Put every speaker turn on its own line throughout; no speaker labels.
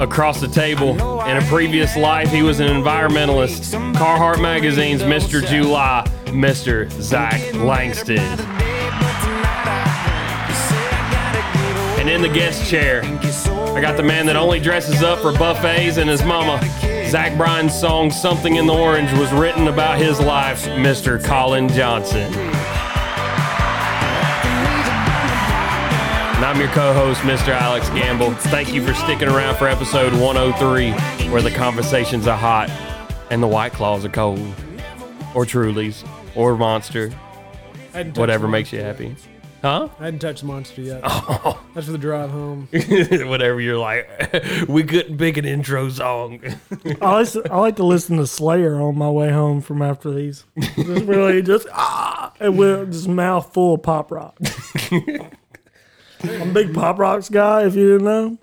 across the table. In a previous life, he was an environmentalist. Carhartt Magazine's Mr. July, Mr. Zach Langston. And in the guest chair, I got the man that only dresses up for buffets and his mama. Zach Bryan's song Something in the Orange was written about his life, Mr. Colin Johnson. And I'm your co host, Mr. Alex Gamble. Thank you for sticking around for episode 103, where the conversations are hot and the White Claws are cold, or Trulies, or Monster,
I hadn't touched
whatever
the
makes you
monster
happy.
yet.
Huh?
I hadn't touched the monster yet.
Oh.
That's for the drive home.
whatever you're like, we couldn't pick an intro song.
I, listen, I like to listen to Slayer on my way home from after these. Just really just ah, and with just mouth full of pop rock. I'm a big pop rocks guy. If you didn't know,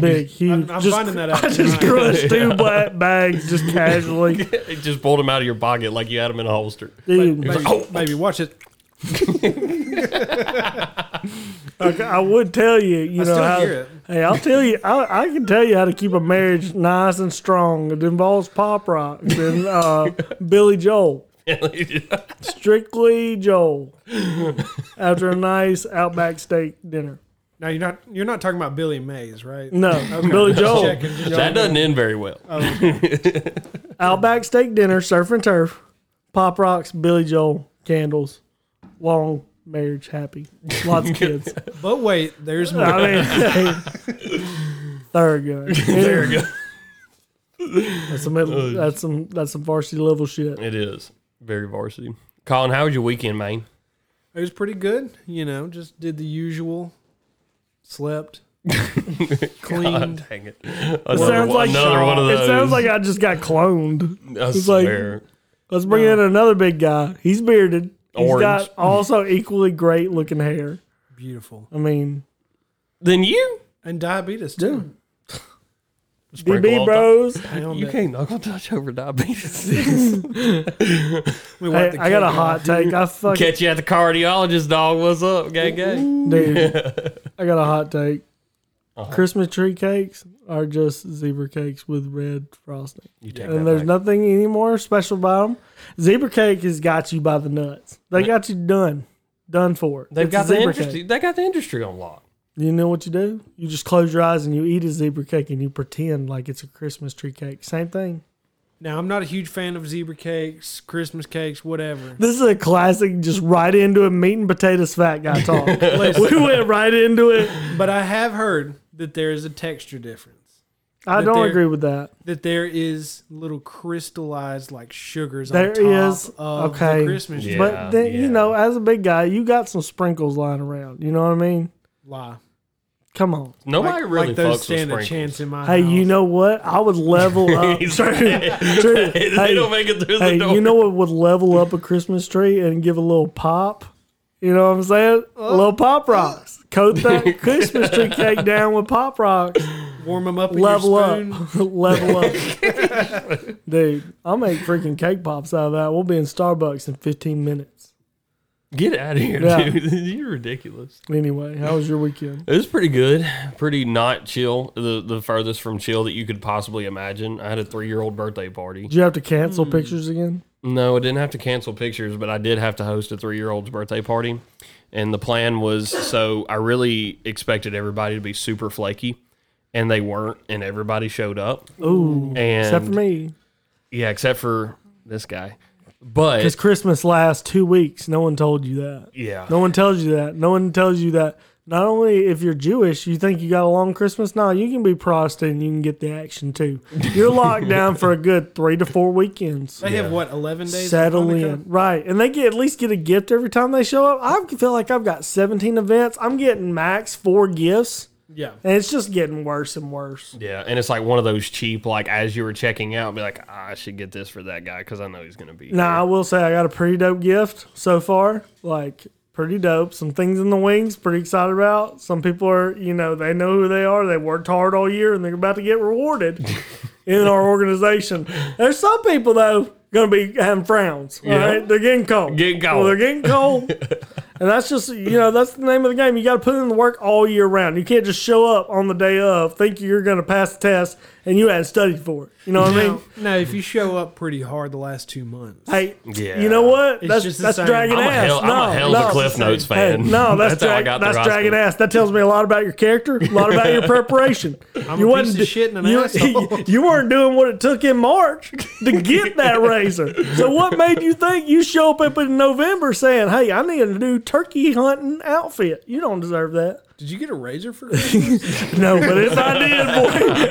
big huge.
I'm, I'm
just,
finding that out.
I
tonight.
just crushed two black bags just casually,
It just pulled him out of your pocket like you had him in a holster.
dude.
Baby,
Oh.
baby, watch it.
Okay, I would tell you, you
I
know,
still
how,
hear it.
hey, I'll tell you, I, I can tell you how to keep a marriage nice and strong. It involves pop rocks and uh, Billy Joel, strictly Joel, after a nice Outback steak dinner.
Now you're not you're not talking about Billy Mays, right?
No, Billy
Just
Joel,
checking, just
that doesn't end very well.
Oh. Outback steak dinner, surf and turf, pop rocks, Billy Joel, candles, long marriage, happy, lots of kids.
checking. But wait, there's more.
I mean, there it goes. There it goes. That's some
Oh.
that's some that's some varsity level shit.
it is very varsity. Colin, how was your weekend, man?
It was pretty good, you know. Just did the usual, slept, cleaned.
Dang it!
It
Another,
sounds
one,
like
another one of those.
It sounds like I just got cloned.
I
it's like-
swear.
Let's bring in another big guy. He's bearded. He's
Orange.
got also equally great looking hair.
Beautiful.
I mean,
then you,
And diabetes too.
DB bros.
Pound
you
it.
can't knuckle touch over diabetes.
We
Hey,
wiped the
I got a
cake
hot take. I fucking
Catch you at the cardiologist, dog. What's up, gang, gang?
dude. I got a hot take.
Uh-huh.
Christmas tree cakes are just zebra cakes with red frosting.
You take
and there's
that back.
nothing anymore special about them. Zebra cake has got you by the nuts. They got you done, done for.
They've
It's a
got the
zebra
industry.
cake.
They got the industry on lock.
You know what you do? You just close your eyes and you eat a zebra cake and you pretend like it's a Christmas tree cake. Same thing.
Now I'm not a huge fan of zebra cakes, Christmas cakes, whatever.
This is a classic. Just right into a meat and potatoes fat guy talk. we
Listen,
went right into it.
but I have heard that there is a texture difference.
I
But
don't
there-
agree with that.
that there is little crystallized like sugars
There
on top
is-
of
okay.
the Christmas
Yeah. uh,
but then
yeah.
you know, as a big guy, you got some sprinkles lying around. You know what I mean?
lie.
Come on.
Nobody
like,
really fucks
like those
with
stand a
sprinkles.
chance in my
Hey,
house.
you know what? I would level up.
He's
True,
like-
true.
They
Hey,
don't make it through the
hey,
door.
you know what would level up a Christmas tree and give a little pop? You know what I'm saying? A little pop rocks. Coat that Christmas tree cake down with pop rocks.
warm them up.
Level
in your spoon.
up. level up. Dude, I'll make freaking cake pops out of that. We'll be in Starbucks in 15 minutes.
Get out of here,
Yeah.
dude. You're ridiculous.
Anyway, how was your weekend?
It was pretty good. Pretty not chill. The the furthest from chill that you could possibly imagine. I had a three year old birthday party.
Did you have to
Hmm.
cancel pictures again?
No, I didn't have to cancel pictures, but I did have to host a three year old's birthday party. And the plan was so I really expected everybody to be super flaky, and they weren't, and everybody showed up.
Ooh.
And
Except for me.
yeah, except for this guy. But
Because Christmas lasts two weeks. No one told you that.
yeah,
No one tells you that. No one tells you that. Not only if you're Jewish, you think you got a long Christmas. No, you can be Protestant and you can get the action too. You're locked down for a good three to four weekends.
They have what eleven days. of
Settle
Hanukkah?
in, right? And they get at least get a gift every time they show up. I feel like I've got 17 events. I'm getting max four gifts,
Yeah,
and it's just getting worse and worse.
yeah, and it's like one of those cheap, like as you were checking out, be like, "Ah, I should get this for that guy because I know he's gonna be.
Now I will say I got a pretty dope gift so far. Like pretty dope. Some things in the wings, pretty excited about. Some people are, you know, they know who they are. They worked hard all year and they're about to get rewarded in our organization. There's some people though gonna be having frowns. All
Yeah.
right? They're getting cold.
Getting
Well, they're getting cold. And that's just you know that's the name of the game. You got to put in the work all year round. You can't just show up on the day of, think you're going to pass the test, and you hadn't studied for it. You know what I mean?
Now, now, if you show up pretty hard the last two months,
Hey,
Yeah.
you know what?
It's
that's
just the
that's
same.
dragging
I'm
a
ass.
hell- I'm
no,
a hell of a
no.
Cliff Notes fan.
Hey, no, that's,
That's how I
drag-
got through
that's
high
dragging
school.
ass. That tells me a lot about your character, a lot about your preparation.
I'm
you
a piece
wasn't do-
of shit and an
you,
asshole.
you weren't doing what it took in March to get that razor. So what made you think you show up in November saying, "Hey, I need a new turkey hunting outfit"? You don't deserve that.
did you get a razor for Christmas?
No, but if I did,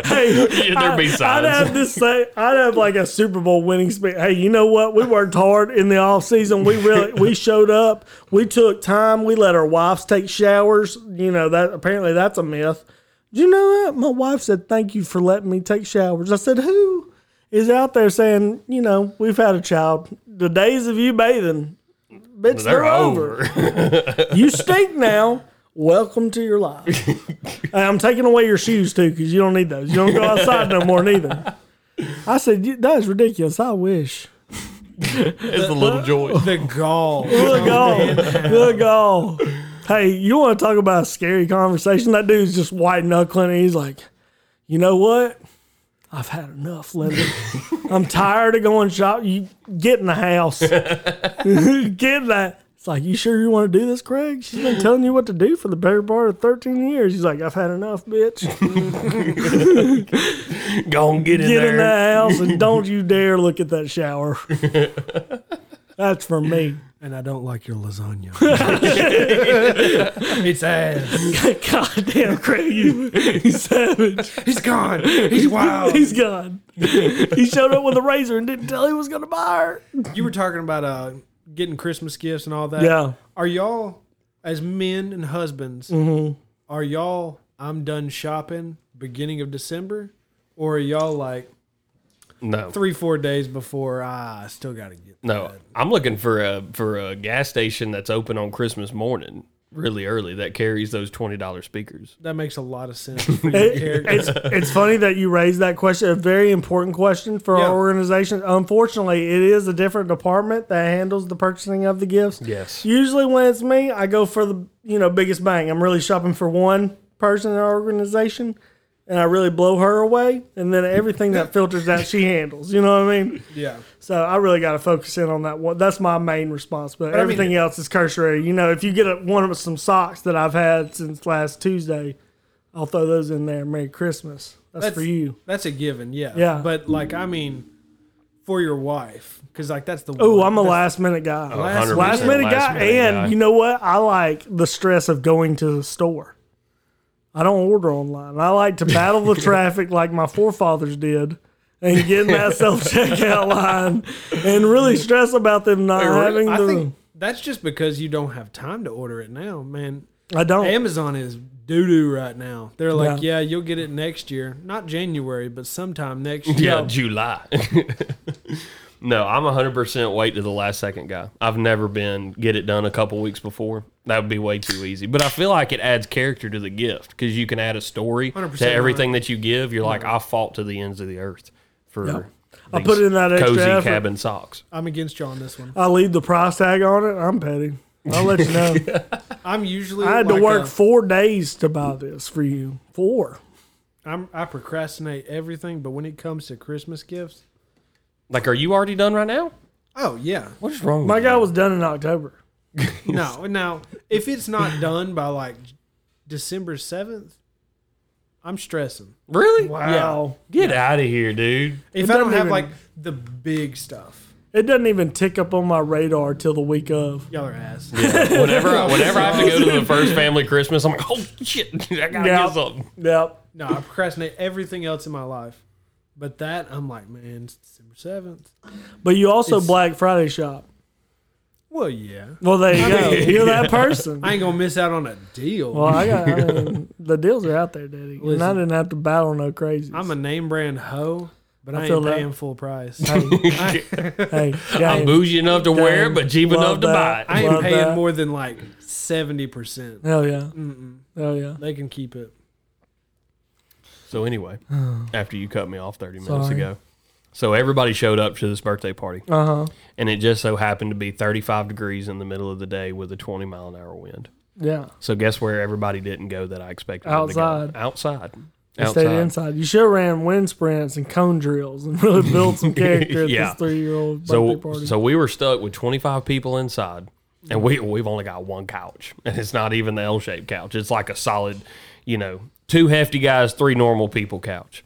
boy, hey,
Yeah, there'd be
I, would
signs.
have this say, I'd have like a Super Bowl winning speech. Hey, you know what? We worked hard in the off season. We really we showed up. We took time. We let our wives take showers. You know that apparently that's a myth. Do you know that? My wife said thank you for letting me take showers. I said who is out there saying you know we've had a child. The days of you bathing, bitch, they're,
They're
over
over.
you stink now. Welcome to your life. Hey, I'm taking away your shoes too because you don't need those. You don't go outside no more neither. I said "You- that is ridiculous. I wish.
It's the little joy.
the gall.
Good goal. Good goal. Hey, you want to talk about a scary conversation? That dude's just white knuckling. And he's like, you know what? I've had enough, Linda. I'm tired of going shop. You get in the house. get in that. It's like, you sure you want to do this, Craig? She's been telling you what to do for the better part of 13 years. He's like, I've had enough, bitch.
Go and get in
Get
there.
in the house and don't you dare look at that shower. That's for me.
And I don't like your lasagna. it's ass.
God damn, Craig, you, you savage.
He's gone. He's wild.
He's gone. he showed up with a razor and didn't tell he was going to buy her.
you were talking about uh, getting Christmas gifts and all that.
Yeah.
Are y'all, as men and husbands,
Mm-hmm.
are y'all, I'm done shopping beginning of December? Or are y'all like
No,
three, four days before, ah, I still got to get
no. I'm looking for a for a gas station that's open on Christmas morning, really early, that carries those twenty dollars speakers.
That makes a lot of sense for your
It-
character.
it's, it's funny that you raised that question, a very important question for
Yeah.
our organization. Unfortunately, it is a different department that handles the purchasing of the gifts.
Yes.
Usually when it's me, I go for the you know biggest bang. I'm really shopping for one person in our organization, and I really blow her away, and then everything that filters out, she handles. You know what I mean?
Yeah.
So I really got to focus in on that one. That's my main responsibility.
I mean-
Everything else is cursory. You know, if you get a, one of some socks that I've had since last Tuesday, I'll throw those in there. Merry Christmas. That's, for you.
That's a given, yeah.
Yeah.
But like, I mean, for your wife, because like that's the.
Oh,
one-
I'm a
that's-
last minute guy.
Last-
100%
last minute guy.
minute
and
guy.
you know what? I like the stress of going to the store. I don't order online. I like to battle the traffic like my forefathers did. And get in that self checkout line and really stress about them not having
I
the.
think that's just because you don't have time to order it now, man.
I don't.
Amazon is doo doo right now. They're like, yeah. you'll get it next year, not January, but sometime next year.
Yeah, July. no, I'm 100% wait to the last second guy. I've never been get it done a couple weeks before. That would be way too easy. But I feel like it adds character to the gift because you can add a story
100%
to everything that you give. You're like, I fought to the ends of the earth for.
I put
these
in that extra
cozy
effort.
cabin socks.
I'm against you on this one.
I leave the price tag on it, I'm petty. I'll let you know.
I'm usually.
I had
like uh,
to work
a-
four days to buy this for you. Four.
I'm, I procrastinate everything, but when it comes to Christmas gifts,
Like, are you already done right now?
oh yeah,
What is wrong?
My
with you?
guy was done in October.
No, now if it's not done by like December seventh, I'm stressing.
really?
Wow.
Get out of here, dude.
If
It
I don't
doesn't
have
even-
like the big stuff,
It doesn't even tick up on my radar till the week of.
y'all are ass.
Whenever, I- whenever I have to go to the first family Christmas, I'm like, oh shit, I gotta
Yeah.
get something.
Yep.
No, I procrastinate everything else in my life, but that I'm like, man, it's December seventh.
But you also
It's-
Black Friday shop.
Well, yeah,
Well, there you go. You're that person.
I ain't gonna miss out on a deal.
well, I got I mean, the deals are out there, Daddy. and I
Listen.
didn't have to battle no crazy.
I'm a name brand hoe, but I,
feel
ain't
that.
paying full price.
hey,
I,
hey,
I'm
gang.
bougie enough to wear it,
Dang.
but cheap
Love
enough to buy
that.
it.
I ain't
Love
paying
that.
more than like seventy percent.
Hell yeah. Hell yeah.
They can keep it.
So anyway, after you cut me off 30 minutes
Oh. Sorry.
ago, So everybody showed up to this birthday party. Uh
Uh-huh.
huh. And it just so happened to be 35 degrees in the middle of the day with a 20 mile an hour wind.
Yeah.
So guess where everybody didn't go that I expected them
Outside.
to go? Outside.
They stayed inside. You should have ran wind sprints and cone drills and really built some character at
Yeah.
this three year old birthday
So,
party.
so we were stuck with 25 people inside, and
Mm-hmm.
we we've only got one couch, and it's not even the L-shaped couch. It's like a solid, you know, two hefty guys, three normal people couch,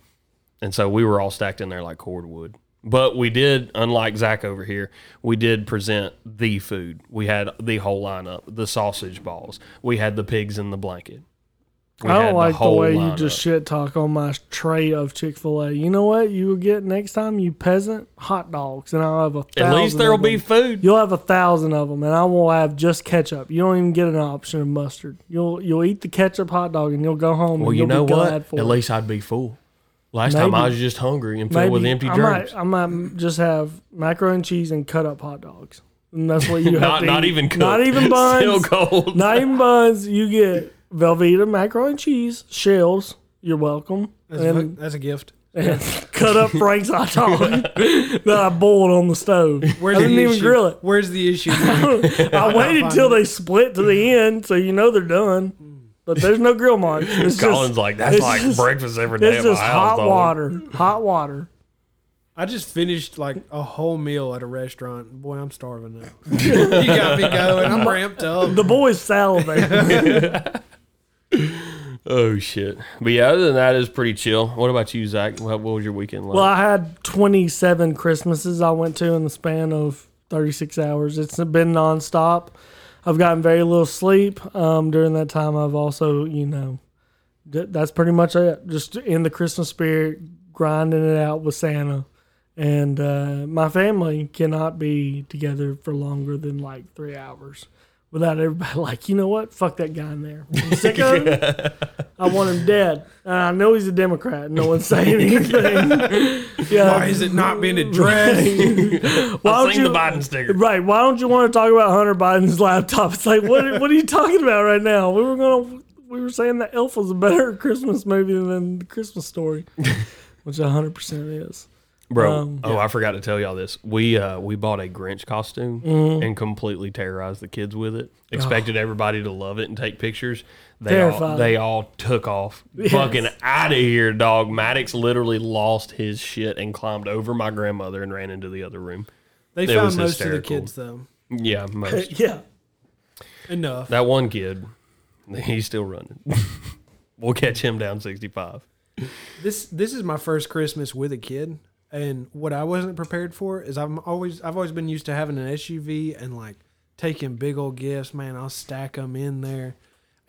and so we were all stacked in there like cordwood. But we did, unlike Zach over here, we did present the food. We had the whole lineup, the sausage balls. We had the pigs in the blanket. We
I
had
don't like the,
whole
way you
lineup.
just shit talk on my tray of Chick fil A. You know what you will get next time? You peasant hot dogs, and I'll have a thousand.
At least there will
of
be
them.
food.
You'll have a thousand of them, and I will have just ketchup. You don't even get an option of mustard. You'll you'll eat the ketchup hot dog, and you'll go home.
Well,
and
you
you'll
know
be
what?
glad For
At
it.
least I'd be full. Last time I
Maybe.
was just hungry and filled with empty
I
germs.
might, I might just have macaroni and cheese and cut up hot dogs, and that's what you have.
Not
to
not
eat.
even cooked.
Not even buns.
Still cold.
Not even buns. You get Velveeta macaroni and cheese shells. You're welcome.
That's, a,
and,
fu- that's a gift.
and cut up Frank's hot dog that I boiled on the stove. I didn't
the
even
issue?
grill it.
Where's the issue?
I waited till they split to the end, so you know they're done. But there's no grill marks. It's
Colin's
just,
like that's
it's
like
just-
breakfast every day.
it's
at my
just
house,
hot
dog."
water. Hot water.
I just finished like a whole meal at a restaurant. Boy, I'm starving now. you got me going. I'm ramped up.
The boys salivate.
Oh shit! But yeah, other than that, it's pretty chill. What about you, Zach? What, what was your weekend like?
well, I had 27 Christmases I went to in the span of 36 hours. It's been nonstop. I've gotten very little sleep um, during that time. I've also, you know, th- that's pretty much it. Just in the Christmas spirit, grinding it out with Santa. And uh, my family cannot be together for longer than like three hours without everybody like, you know what? Fuck that guy in there. I'm sick of him. I want him dead. And I know he's a Democrat. No one's saying anything. yeah.
Why has it not been addressed?
Why
I'll
don't
sing
you-
the Biden sticker.
Right. Why don't you want to talk about Hunter Biden's laptop? It's like, what, what are you talking about right now? We were going to, we were saying that Elf was a better Christmas movie than The Christmas Story, which 100% is.
Bro,
Um,
oh, I forgot to tell y'all this. We uh, we bought a Grinch costume and completely terrorized the kids with it. Expected everybody to love it and take pictures. They all,
Terrified.
they all took off, fucking out of here, dog. Maddox literally lost his shit and climbed over my grandmother and ran into the other room.
They
It was
found most of the
hysterical.
kids though.
Yeah, most.
Yeah.
Enough.
That one kid, he's still running. we'll catch him down 65.
This this is my first Christmas with a kid, and what I wasn't prepared for is I'm always I've always been used to having an SUV and like taking big old gifts. Man, I'll stack them in there,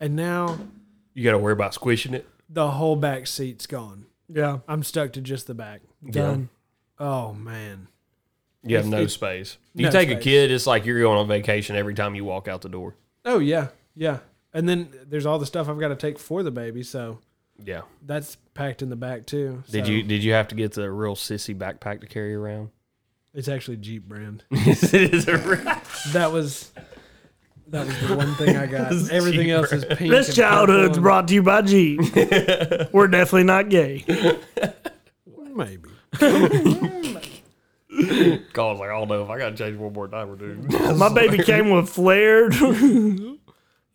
and now
You got to worry about squishing it.
the whole back seat's gone.
Yeah.
I'm stuck to just the back.
Done.
Oh man,
You have no space. You
no
take a
space.
kid, it's like you're going on vacation every time you walk out the door.
oh yeah, yeah. And then there's all the stuff I've got to take for the baby, so
Yeah.
that's packed in the back too.
Did
so-
you did you have to get the real sissy backpack to carry around?
It's actually Jeep brand.
it is a real,
That was that was the one thing I got. Everything else is pink.
This
and
childhood's
purple
brought to you by G. We're definitely not gay.
and- maybe.
Colin's like, I don't know if I got to change one more diaper, dude.
My baby came with flared, you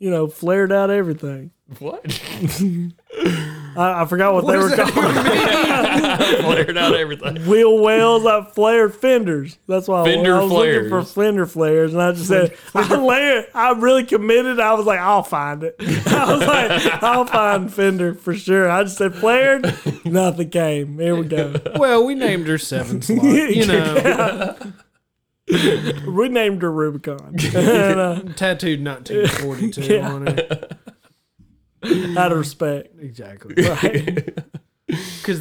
know, flared out everything.
what?
I, I forgot what,
What
they
does
were
that
called.
Flared out everything.
Wheel wells, I flared fenders. That's why I-
Fender
I was looking for
flares.
fender flares, and I just said, I layered. I really committed. I was like, I'll find it. I was like, I'll find fender for sure. I just said flared. Nothing came. Here we go.
Well, we named her Seven Slot. You know,
We named her Rubicon. uh,
tattooed 1942
Yeah.
on her.
out of respect.
Exactly. Because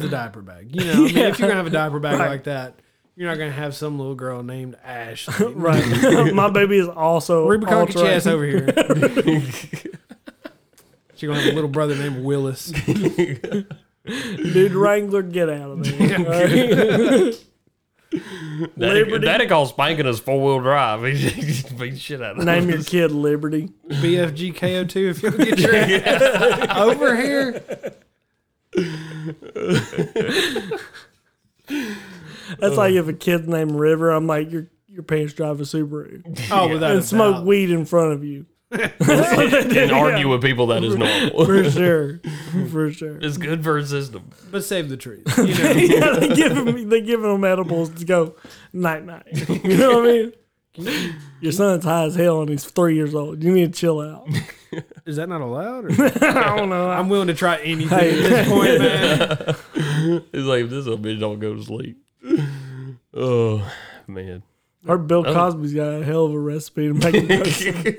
the diaper bag. You know, I mean, if you're going to have a diaper bag like that, you're not going to have some little girl named Ashley.
Right. My baby is also
Rubicon, get your
all-terrain.
ass over here. She's going to have a little brother named Willis.
Dude Wrangler, get out of there. Uh,
That'd,
Liberty.
that'd call spanking us four wheel drive. He's beating shit out of
Name
us.
your kid Liberty.
BFGKO2, if you'll get your ass over here.
That's like if a kid's named River, I'm like, your your parents drive a Subaru
Oh, without
and smoke weed in front of you.
and argue with people that is normal.
For sure. For sure.
it's good for a system.
But save the trees. You know,
yeah, they give him they give him edibles to go night night. You know what I mean? Your son's high as hell and he's three years old. You need to chill out.
is that not allowed? Or?
I don't know.
I'm willing to try anything
Hey.
at this point, man.
It's like this old bitch don't go to sleep. Oh man.
Our Bill Cosby's got a hell of a recipe to make him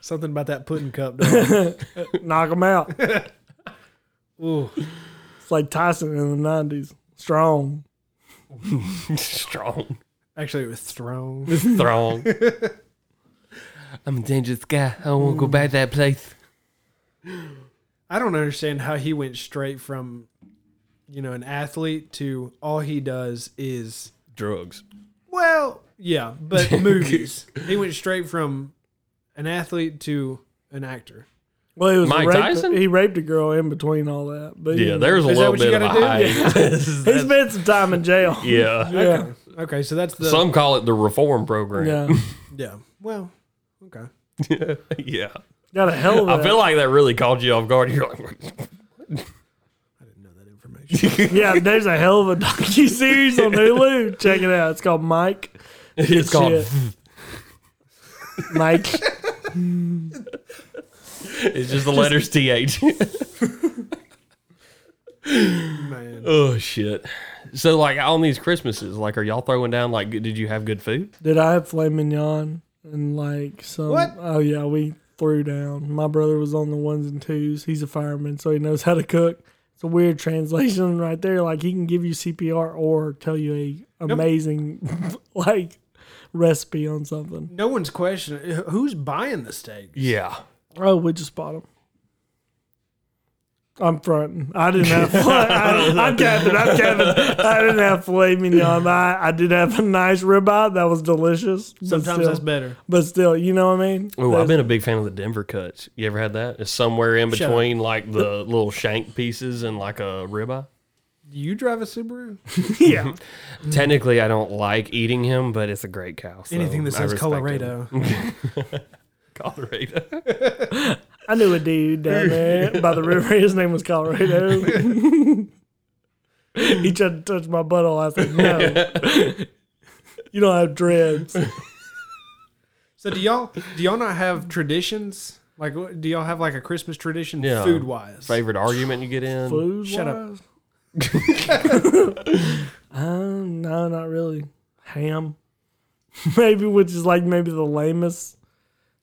Something about that pudding cup. Dog.
knock him out.
Ooh,
It's like Tyson in the nineties. Strong.
Strong.
actually, it was thrown.
Strong. I'm a dangerous guy. I won't go back to that place.
I don't understand how he went straight from, you know, an athlete to all he does is
Drugs.
well, yeah, but movies. He went straight from an athlete to an actor.
Well he was a
Mike
rape-
Tyson?
He raped a girl in between all that. But
Yeah, there's a
Is that
little
what you
bit of a
gotta do?
high.
he spent some time in jail.
yeah.
Yeah.
Okay, so that's the
Some call it the reform program.
Yeah.
yeah. Well, okay.
yeah.
Got a hell of a
I feel like that really caught you off guard. You're like,
I didn't know that information.
Yeah, there's a hell of a docu series on Hulu. Check it out. It's called Mike.
it's called.
Shit. Mike.
It's just the letters th.
Man,
oh shit. So like on these Christmases, like are y'all throwing down? Like, did you have good food?
Did I have filet mignon and like some?
What?
Oh yeah, we threw down. My brother was on the ones and twos. He's a fireman, so he knows how to cook. It's a weird translation right there. Like he can give you CPR or tell you a amazing like recipe on something.
no one's questioning who's buying the steak.
Yeah.
Oh, we just bought them. I'm fronting. I didn't have. I, I'm Kevin. I'm Kevin. I didn't have filet mignon. I, I did have a nice ribeye that was delicious. but
Sometimes
still-
that's better.
But still, you know what I mean?
Oh, I've been a big fan of the Denver cuts. You ever had that? It's somewhere in
Shut up.
between like the little shank pieces and like a ribeye.
Do you drive a Subaru?
yeah.
Technically, I don't like eating him, but it's a great cow. so
Anything that
I
says
respect him.
Colorado.
Colorado.
I knew a dude down there by the river. His name was Colorado. he tried to touch my butthole. I said, no. you don't have dreads.
Um,
So do y'all do y'all not have traditions? Like what- do y'all have like a Christmas tradition
Yeah.
food wise?
Favorite argument you get in?
Food?
Shut up.
Um, no, not really. Ham, maybe, which is like maybe the lamest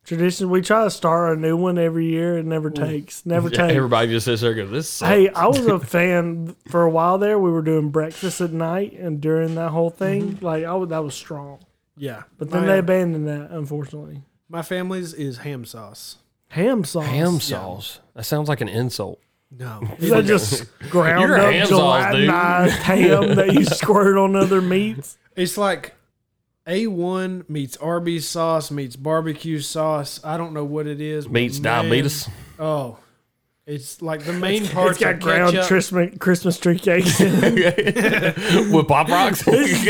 tradition. We try to start a new one every year. It never takes. Never
Yeah,
takes.
everybody just sits there and goes, "This sucks."
Hey, I was a fan for a while there. We were doing breakfast at night, and during that whole thing,
Mm-hmm.
like I was, that was strong.
Yeah.
But then
Oh,
my,
they abandoned that, unfortunately.
my family's is ham sauce.
Ham sauce.
ham sauce. That sounds like an insult.
No.
Is that just ground
You're a
up
ham sauce, dude.
gelatinized ham that you squirt on other meats?
It's like A1 meets Arby's sauce meets barbecue sauce. I don't know what it is. but
Meets
man-
diabetes.
Oh. It's like the main parts
it's got
are
ground
ketchup.
Christmas, Christmas tree cakes.
with pop rocks.
It's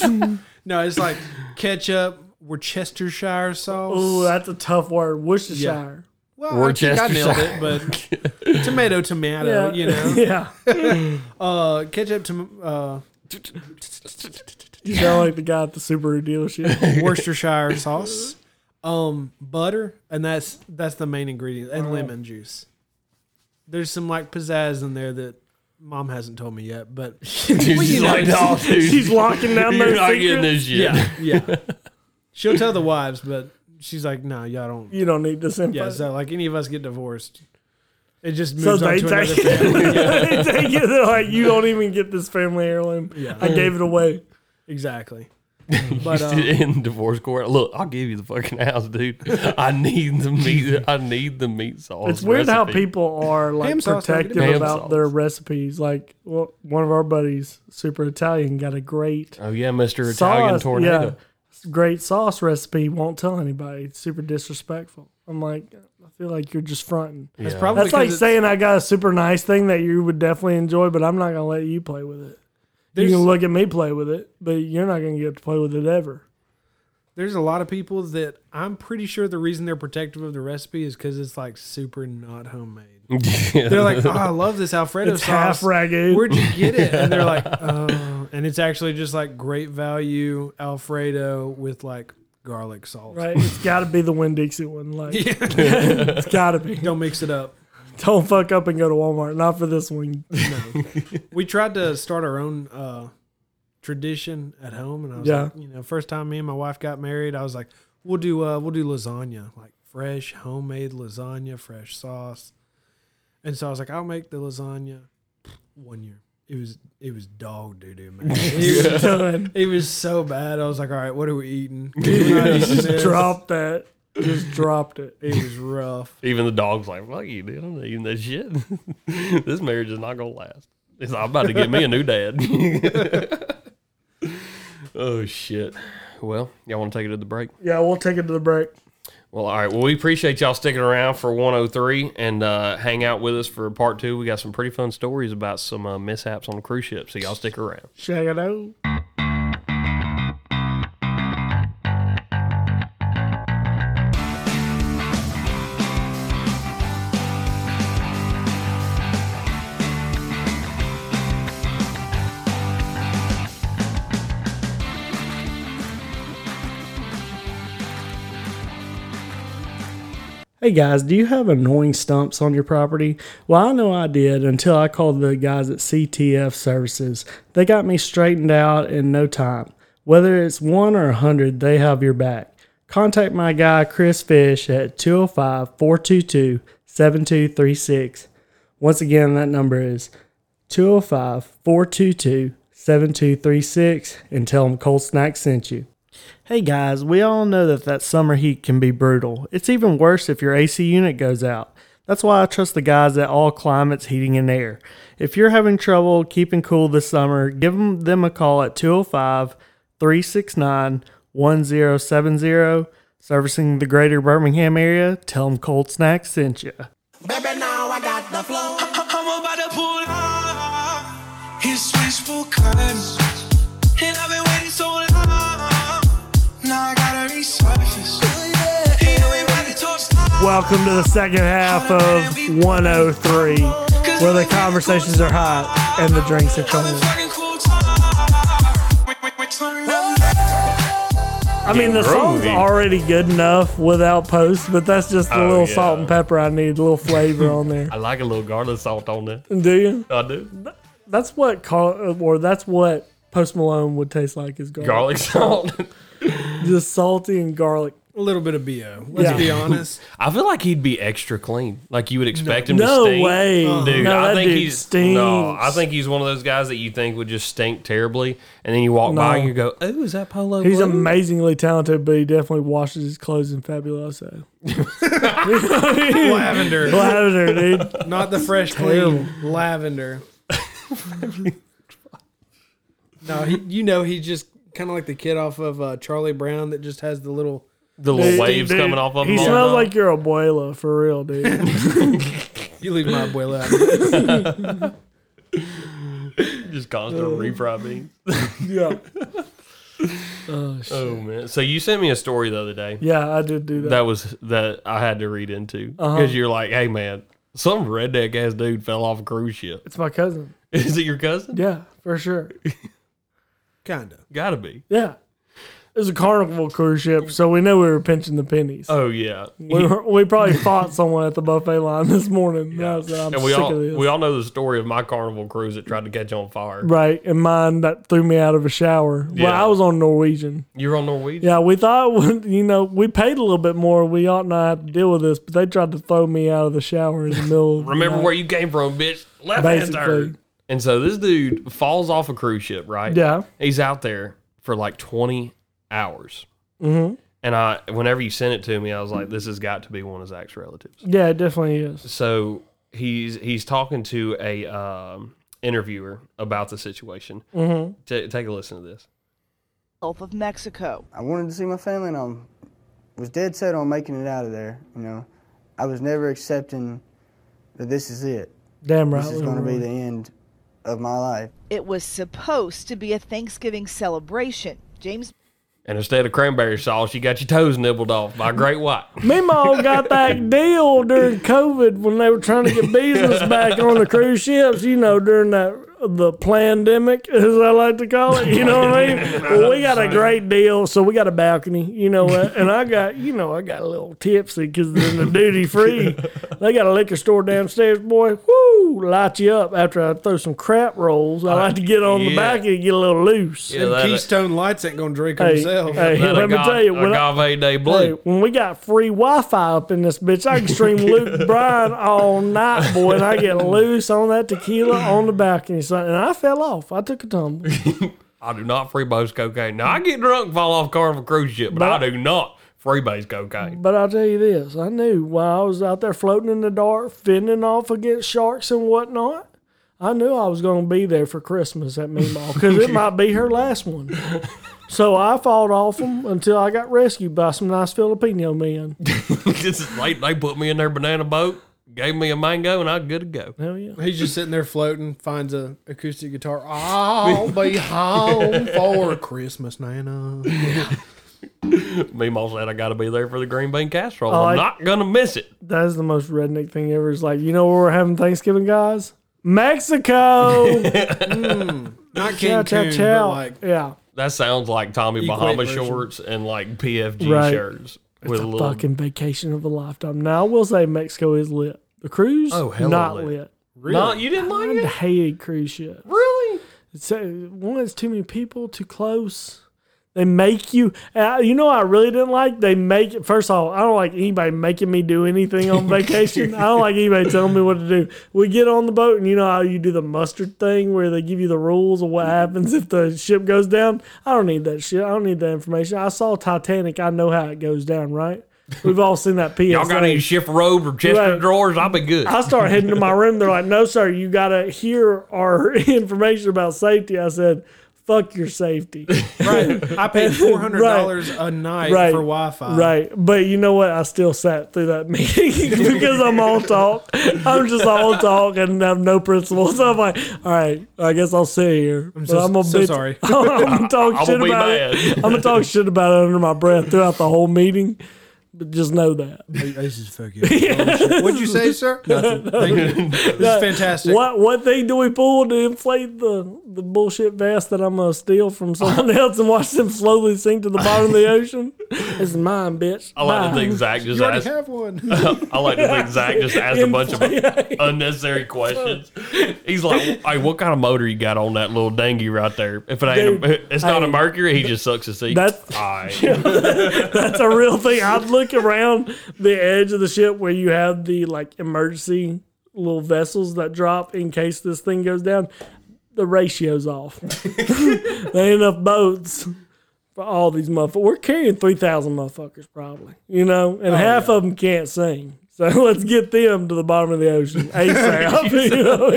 delicious.
no, it's like ketchup, Worcestershire sauce.
Ooh, that's a tough word. Worcestershire.
well, I think I nailed
Worcestershire.
it, but tomato, tomato, you know.
Yeah.
Uh, ketchup, tom- uh,
You sound like the guy at the Subaru dealership.
Worcestershire sauce, um, butter, and that's that's the main ingredient,
Oh.
and lemon juice. There's some like pizzazz in there that mom hasn't told me yet, but well,
She's
you
like,
know,
"No, dude,
She's locking down
You're
those
not getting this
secrets.
shit.
yeah, yeah. She'll tell the wives, but she's like, no, y'all don't.
You don't need this info.
Yeah, so like any of us get divorced, it just
So
moves on
they
to another
take it.
family. Yeah,
they take it. They're like, you don't even get this family heirloom.
Yeah.
I gave it away.
exactly. But
Sit
uh,
in divorce court. Look, I'll give you the fucking house, dude. I need the meat. I need the meat sauce.
It's weird how
recipe.
people are like
Ham sauce, don't get
protective
it. Ham
about
sauce.
their recipes. Like well, one of our buddies, super Italian, got a great
Oh yeah, Mister Italian
sauce.
tornado.
Yeah, great sauce recipe. Won't tell anybody. It's super disrespectful. I'm like, I feel like you're just fronting.
it's
Yeah.
probably
That's like
because it's-
saying I got a super nice thing that you would definitely enjoy, but I'm not gonna let you play with it. You
There's-
can look at me play with it, but you're not going to get to play with it ever.
There's a lot of people that I'm pretty sure the reason they're protective of the recipe is because it's like super not homemade. They're like, oh, I love this Alfredo
It's half
sauce.
ragu.
Where'd you get it? And they're like, oh. And it's actually just like great value Alfredo with like garlic salt.
Right? It's got to be the Winn Dixie one. Like, it's got to be.
Don't mix it up.
Don't fuck up and go to Walmart. Not for this one.
We tried to start our own uh, tradition at home, and I was
Yeah.
like, you know, first time me and my wife got married, I was like, we'll do uh, we'll do lasagna, like fresh homemade lasagna, fresh sauce. And so I was like, I'll make the lasagna. One year, it was it was dog doo doo, man. It was,
Done.
it was so bad. I was like, all right, what are we eating? We're not eating this.
Drop that. Just dropped it.
It was rough.
Even the dog's like, fuck you, dude. I'm not eating that shit. this marriage is not going to last. It's, I'm about to get me a new dad. oh, shit. Well, y'all want to take it to the break?
Yeah, we'll take it to the break.
Well, all right. Well, we appreciate y'all sticking around for 103 and uh, hang out with us for part two. We got some pretty fun stories about some uh, mishaps on the cruise ship, so y'all stick around.
Check it out. Hey guys, do you have annoying stumps on your property? Well, I know I did until I called the guys at CTF Services. They got me straightened out in no time. Whether it's one or a hundred, they have your back. Contact my guy Chris Fish at 205 422 7236. Once again, that number is 205 422 7236 and tell them Cold Snack sent you. Hey guys, we all know that that summer heat can be brutal. It's even worse if your AC unit goes out. That's why I trust the guys at All Climates Heating and Air. If you're having trouble keeping cool this summer, give 'em- them a call at 205 369 1070. Servicing the greater Birmingham area, tell them Cold Snack sent you.
Baby, now I got the flow.
I'm about to pull up. His wishful curse. And I've been waiting so long. Now I gotta resurface. Ain't no way about to talk stop.
Welcome to the second half of 103, where the conversations are hot and the drinks are
I've
cold.
been fucking cool time. Wait, wait, wait, turn up.
I mean, the
Getting
song's
groovy.
already good enough without posts, but that's just a
Oh,
little
yeah.
salt and pepper I need, a little flavor on there.
I like a little garlic salt on that.
Do you?
I do.
That's what Carl, or that's what Post Malone would taste like is garlic.
Garlic salt.
Just salty and garlic.
A little bit of bo. Let's
Yeah.
be honest.
I feel like he'd be extra clean. Like you would expect him
No
to stink.
way.
Dude,
no,
I
that
think
dude
he's
stinks.
no. I think he's one of those guys that you think would just stink terribly, and then you walk by and you go, "Oh, is that Polo?"
He's
Blue?"
amazingly talented, but he definitely washes his clothes in Fabuloso.
Lavender.
Lavender, dude.
Not the fresh clean lavender. no, he, you know he's just kind of like the kid off of uh, Charlie Brown that just has the little.
the little waves coming off of him.
He
all
smells
the
like your abuela, for real, dude.
You leave my abuela out. of it."
time. just constant refried beans.
yeah.
Oh man! So you sent me a story the other day
Yeah, I did do
that was that I had to read into
Uh-huh.
because you're like, "Hey man, some redneck ass dude fell off a cruise ship."
It's my cousin.
Is it your cousin?
Yeah, for sure.
Kinda.
Gotta be.
Yeah. It was a carnival cruise ship, so we know we were pinching the pennies.
Oh yeah.
we, were, we probably fought someone at the buffet line this morning. And I was like, I'm
and we
sick
all
of this.
we all know the story of my carnival cruise that tried to catch on fire.
right, and mine that threw me out of a shower. Well,
Yeah.
I was on Norwegian.
You're on Norwegian.
Yeah, we thought, you know, we paid a little bit more. We ought not have to deal with this, but they tried to throw me out of the shower in the middle. of the
Remember
night.
where you came from, bitch. Left hand
Basically.
turn. And so this dude falls off a cruise ship, right?
Yeah.
He's out there for like 20 hours.
Mm-hmm.
And I, whenever you sent it to me, I was like, this has got to be one of Zach's relatives.
Yeah, it definitely is.
So he's he's talking to a um, interviewer about the situation. Mm-hmm. take a listen to this.
Gulf of Mexico.
I wanted to see my family, and I was dead set on making it out of there. You know, I was never accepting that this is it.
Damn right.
This is
we
going to
were.
be the end of my life.
It was supposed to be a Thanksgiving celebration. James
And instead of cranberry sauce, you got your toes nibbled off by a great white.
Meemaw got that deal during COVID when they were trying to get business back on the cruise ships, you know, during that the pandemic, as I like to call it. You know what I mean? Well, we got a great deal, so we got a balcony, you know what? And I got, you know, I got a little tipsy because in the duty free, they got a liquor store downstairs, boy. Woo! Light you up after I throw some crap rolls. I like to get on the
yeah.
back and get a little loose.
Yeah, that-
Keystone Lights ain't gonna drink
Hey,
themselves.
hey,
that
let me
agave-
tell you, when I-
agave day
Hey,
blue.
when we got free Wi-Fi up in this bitch, I can stream Luke Bryan all night, boy, and I get loose on that tequila on the balcony, son. And I fell off. I took a tumble.
I do not freebase cocaine. Now I get drunk and fall off Carnival cruise ship, but, I do not freebase cocaine.
But I'll tell you this: I knew while I was out there floating in the dark, fending off against sharks and whatnot. I knew I was going to be there for Christmas at Meemaw because it might be her last one. So I fought off them until I got rescued by some nice Filipino men.
this is late. They put me in their banana boat, gave me a mango, and I'm good to go.
Hell yeah.
He's just sitting there floating, finds a acoustic guitar. I'll be home for Christmas, Nana.
Meemaw said I got to be there for the green bean casserole.
Oh,
I'm
I-
not gonna miss it.
That is the most redneck thing ever. It's like, you know where we're having Thanksgiving, guys? Mexico.
Not
chow,
King
chow,
Coon,
chow.
but like
yeah.
That sounds like Tommy
quit
Bahama
version.
shorts and like PFG
Right.
shirts with a little.
Fucking vacation of a lifetime. Now, I will say Mexico is lit. The cruise,
Oh, hella
not
lit.
lit.
No, you didn't like
I
it.
hated cruise ship.
Really?
So, one, it's too many people, too close. They make you, uh, you know, what I really didn't like. They make it, first of all, I don't like anybody making me do anything on vacation. I don't like anybody telling me what to do. We get on the boat, and you know how you do the mustard thing where they give you the rules of what happens if the ship goes down? I don't need that shit. I don't need that information. I saw Titanic. I know how it goes down, right? We've all seen that PSA.
Y'all got any shift robe or chest
Right.
drawers? I'll be good.
I start heading to my room. They're like, "No, sir, you gotta hear our information about safety." I said, "Fuck your safety."
right, I paid four hundred dollars a night
Right.
for Wi-Fi.
Right, but you know what? I still sat through that meeting because I'm all talk. I'm just all talk and have no principles. So I'm like, all right, I guess I'll sit here. I'm
so-
I'm gonna
so
bitch-
sorry.
I'm gonna talk
I'm
shit
gonna be
about it.
mad.
I'm gonna talk shit about it under my breath throughout the whole meeting. But just know that.
This is fucking. What'd you say, sir? Nothing. Thank you. This is fantastic.
What what thing do we pull to inflate the, the bullshit vest that I'm gonna steal from someone else and watch them slowly sink to the bottom of the ocean? It's mine, bitch.
I like to
Bye.
think Zach just
You already
asked.
have one.
I like to think Zach just asked a bunch of
Inflate.
unnecessary questions. He's like, "Hey, what kind of motor you got on that little dinghy right there? If it ain't,
Dude,
a, it's not
hey,
a Mercury. He just sucks his seat.
that's-
all right.
That's a real thing. I'd look around the edge of the ship where you have the like emergency little vessels that drop in case this thing goes down. The ratio's off. there ain't enough boats for all these motherfuckers. We're carrying three thousand motherfuckers probably, you know,
Oh,
and half of them can't sing. So let's get them to the bottom of the ocean ASAP. you know what I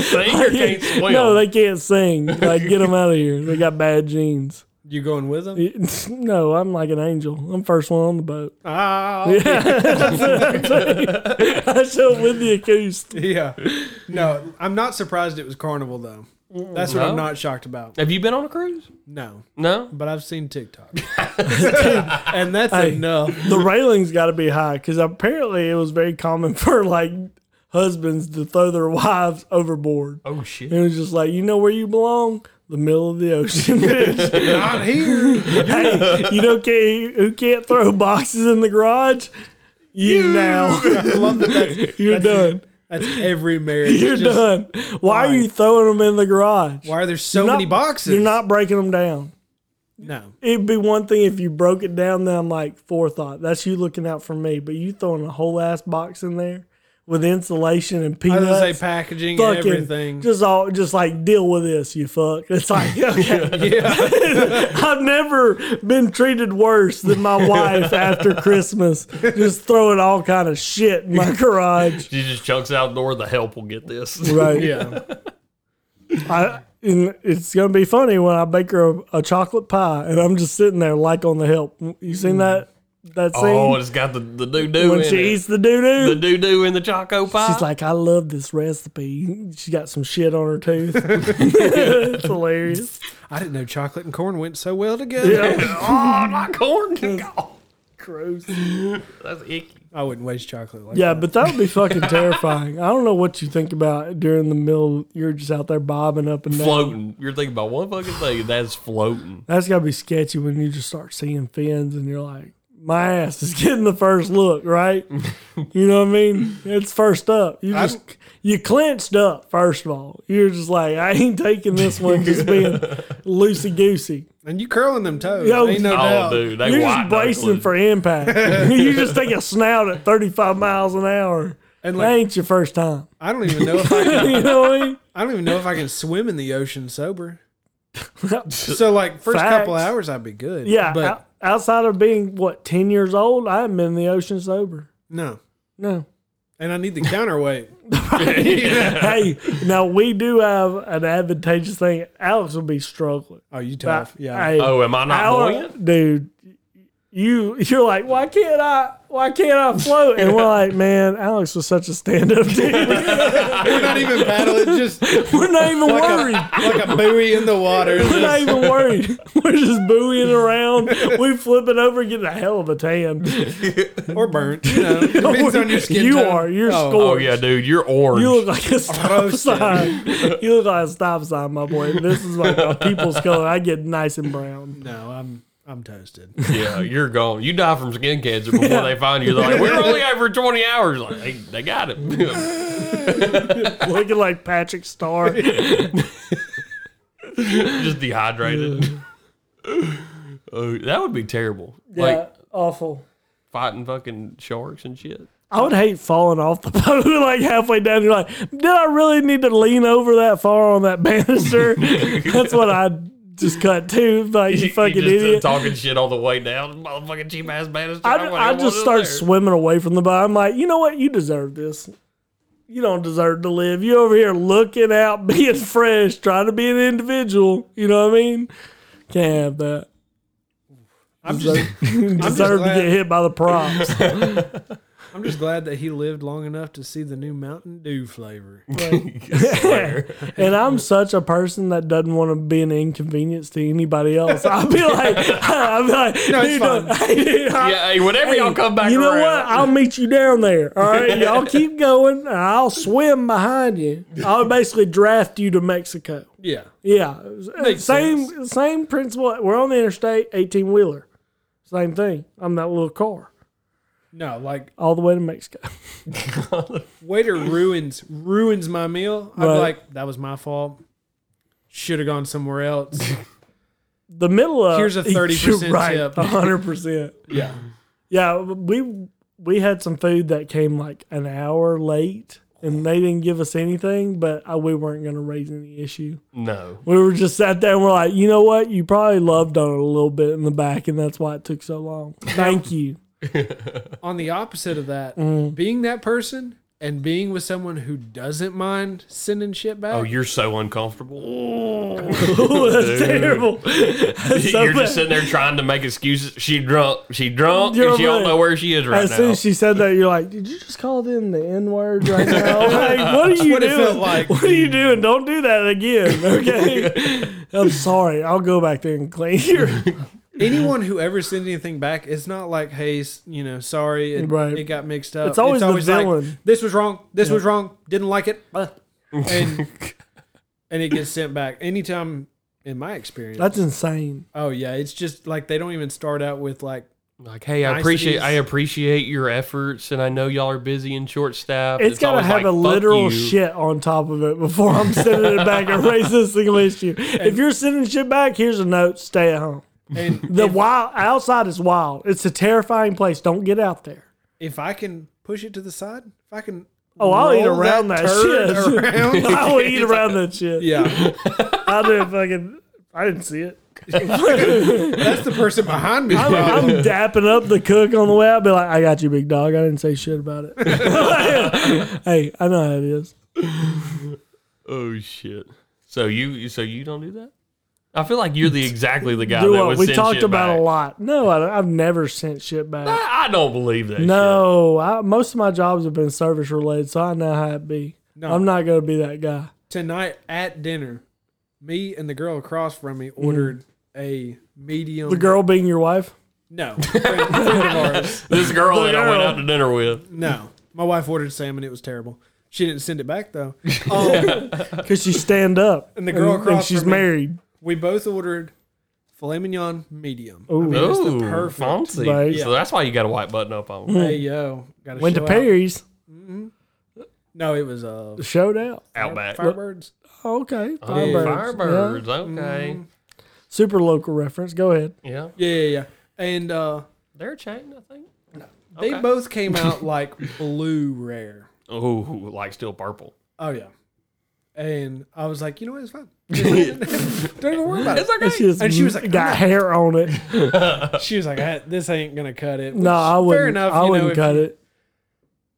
Singer can't swim.
No, they can't sing. Like get them out of here. They got bad genes.
You going with him?
No, I'm like an angel. I'm first one on the boat.
Ah,
I showed with the accused.
yeah. No, I'm not surprised it was Carnival though. That's what I'm not shocked about.
Have you been on a cruise?
No,
No.
but I've seen TikTok, and that's enough.
The railing's got to be high because apparently it was very common for like husbands to throw their wives overboard.
Oh shit.
It was just like, you know where you belong? The middle of the ocean, bitch.
Not here.
hey, you don't care who can't throw boxes in the garage. You now,
I love that. That's,
you're done.
that's every marriage.
You're
Just-
done. Why are you throwing them in the garage?
Why are there so
Not-
many boxes?
You're not breaking them down.
No.
it'd be one thing if you broke it down. Then I'm like forethought. That's you looking out for me. But you throwing a whole ass box in there with insulation and
I was
peanuts.
gonna say packaging and
fucking
everything.
Just all just like deal with this, you fuck. It's like okay. I've never been treated worse than my wife after Christmas. Just throwing all kind of shit in my garage.
She just chunks out the door. The help will get this.
Right.
yeah.
I and it's gonna be funny when I bake her a, a chocolate pie and I'm just sitting there like on the help. You seen that That scene
Mm. Oh, it's got the, the doo doo
when
in
she
it.
eats the doo
The
doo.
doo doo in the choco pie.
She's like, I love this recipe. She got some shit on her tooth. it's hilarious.
I didn't know chocolate and corn went so well together.
Yeah.
oh, my corn. Oh,
Gross.
that's icky.
I wouldn't waste chocolate like
Yeah, but that would be fucking terrifying. I don't know what you think about during the middle. You're just out there bobbing up and down.
Floating. You're thinking about one fucking thing. That's floating.
That's gotta be sketchy when you just start seeing fins and you're like, my ass is getting the first look, right? you know what I mean? It's first up. You just you clenched up first of all. You're just like, I ain't taking this one just being loosey goosey.
that. And you curling them toes.
Yo,
ain't no
oh,
doubt.
Oh, dude, they
You're
white
just bracing
knuckling.
for impact. you just take a snout at 35 miles an hour.
And
And
like-
that ain't your first time.
I don't even know if I can,
you know what I mean?
I don't even know if I can swim in the ocean sober. So like first couple
Facts.
hours I'd be good.
Yeah.
But
out- outside of being what, 10 years old, I haven't been in the ocean sober.
no.
No.
And I need the counterweight.
hey, now we do have an advantageous thing. Alex will be struggling.
Oh, you tough.
But,
Yeah.
hey,
Oh, am I not
our-
buoyant?
dude? You you're like, why can't I? Why can't I float? And we're like, man, Alex was such a stand-up dude.
We're not even paddling, just
we're not even
like a,
worried.
like a buoy in the water.
We're not even worried. We're just buoying around. We flipping over, getting a hell of a tan.
or burnt. You know, depends on your skin
You
tone.
are. You're
Oh,
scorched.
Oh yeah, dude, you're orange.
You look like a stop
Roasted.
sign. You look like a stop sign, my boy. This is like a people's color. I get nice and brown.
No, I'm I'm toasted.
yeah, you're gone. You die from skin cancer before they find you. They're like, we're only out for 20 hours. Like, they, they got it.
Looking like Patrick Star.
Just dehydrated. oh, that would be terrible.
Yeah,
Like
awful.
fighting fucking sharks and shit.
I would hate falling off the boat like halfway down. You're like, did I really need to lean over that far on that banister? That's what I just cut to. Like you fucking
just, uh,
idiot.
talking shit all the way down. Motherfucking cheap ass banister.
I,
I'm like,
I
"What
just
is
start
there?"
swimming away from the boat. I'm like, you know what? You deserve this. You don't deserve to live. You over here looking out, being fresh, trying to be an individual. You know what I mean? Can't have that.
I'm just
Deserve to
glad-
get hit by the props.
I'm just glad that he lived long enough to see the new Mountain Dew flavor.
and I'm such a person that doesn't want to be an inconvenience to anybody else. I'll be like, I'll be like,
No, it's
dude,
fine.
I-
Yeah, hey, whenever y'all come back
You know
around.
what? I'll meet you down there. All right, y'all keep going, and I'll swim behind you. I'll basically draft you to Mexico.
Yeah.
Yeah,
Makes
same same principle. We're on the interstate, eighteen wheeler, same thing. I'm that little car
No, like
all the way to Mexico.
waiter ruins ruins my meal. I'm
Right.
like, that was my fault. Should have gone somewhere else.
The middle of
Here's a 30%
You're right,
tip.
hundred percent.
yeah.
Yeah, we we had some food that came like an hour late, and they didn't give us anything, but uh we weren't going to raise any issue.
No.
We were just sat there and we're like, you know what? You probably loved on it a little bit in the back, and that's why it took so long. Thank you.
On the opposite of that,
Mm-hmm.
being that person and being with someone who doesn't mind sending shit back.
Oh, you're so uncomfortable.
Ooh, that's terrible. That's so
you're
bad.
just sitting there trying to make excuses. She drunk. She drunk.
You're
and she don't
right.
know where she is right
as
now.
soon as she said that, you're like, "Did you just call them the N word right now? Like, what are you
what it
doing?
felt like.
What are you doing? Don't do that again, okay? I'm sorry. I'll go back there and clean your
Anyone who ever sends anything back, it's not like, hey, s- you know, sorry, it,
Right.
it got mixed up.
It's always the
like,
villain.
this was wrong. This was wrong. Didn't like it. uh, And and it gets sent back. Anytime in my experience.
That's insane.
oh yeah, it's just like they don't even start out with like
Like, hey, I
Niceties.
appreciate I appreciate your efforts, and I know y'all are busy in short staff.
It's got to
always
have
like,
a
fuck
literal
you.
shit on top of it before I'm sending it back and raise this single issue. If you're sending shit back, here's a note: stay at home.
and
The wild outside is wild. It's a terrifying place. Don't get out there.
if I can push it to the side, if I can
Oh, I'll eat
roll
around that,
turd
shit.
around-
I will eat around that shit.
yeah.
I didn't fucking. I didn't see it.
That's the person behind me.
I'm, I'm dapping up the cook on the way. I'll be like, "I got you, big dog." I didn't say shit about it. hey, I know how it is.
Oh shit! So you so you don't do that? I feel like you're the exactly the guy
Do
that
what
would
we
send
talked
shit
about
back.
a lot. No, I, have never sent shit back.
I, I don't believe that. shit.
No, I, most of my jobs have been service related, so I know how it be.
No.
I'm not gonna be that guy.
Tonight at dinner, me and the girl across from me ordered a medium.
Mm. The girl being your wife.
No. friend- friend of ours.
this girl that I went
girl.
out to dinner with.
No. My wife ordered salmon. It was terrible. She didn't send it back though. Um,
Cause she stand up,
And the girl across
she's
from me.
married.
we both ordered filet mignon medium.
Ooh.
it's the
Ooh,
perfect-
fancy.
Right.
So that's why you got a white button up on.
Hey yo, got
Went to Perry's,
No, it was uh,
showed out.
Outback.
Firebirds.
Oh, okay,
Oh,
Firebirds.
Firebirds.
Yeah. Mm.
Okay.
Super local reference. Go ahead.
Yeah.
Yeah, yeah, yeah. And uh,
They're chain, I think.
they
Okay.
both came out like blue rare.
Oh, like still purple.
Oh yeah. And I was like, you know what, it's fine. Don't even worry about it.
It's okay.
And she was,
And she was like,
got hair on it.
She was like, "Ah, this ain't gonna cut it.
No, I
would.
wouldn't.
Fair enough.
I
you
wouldn't
know, if
cut
you-
it.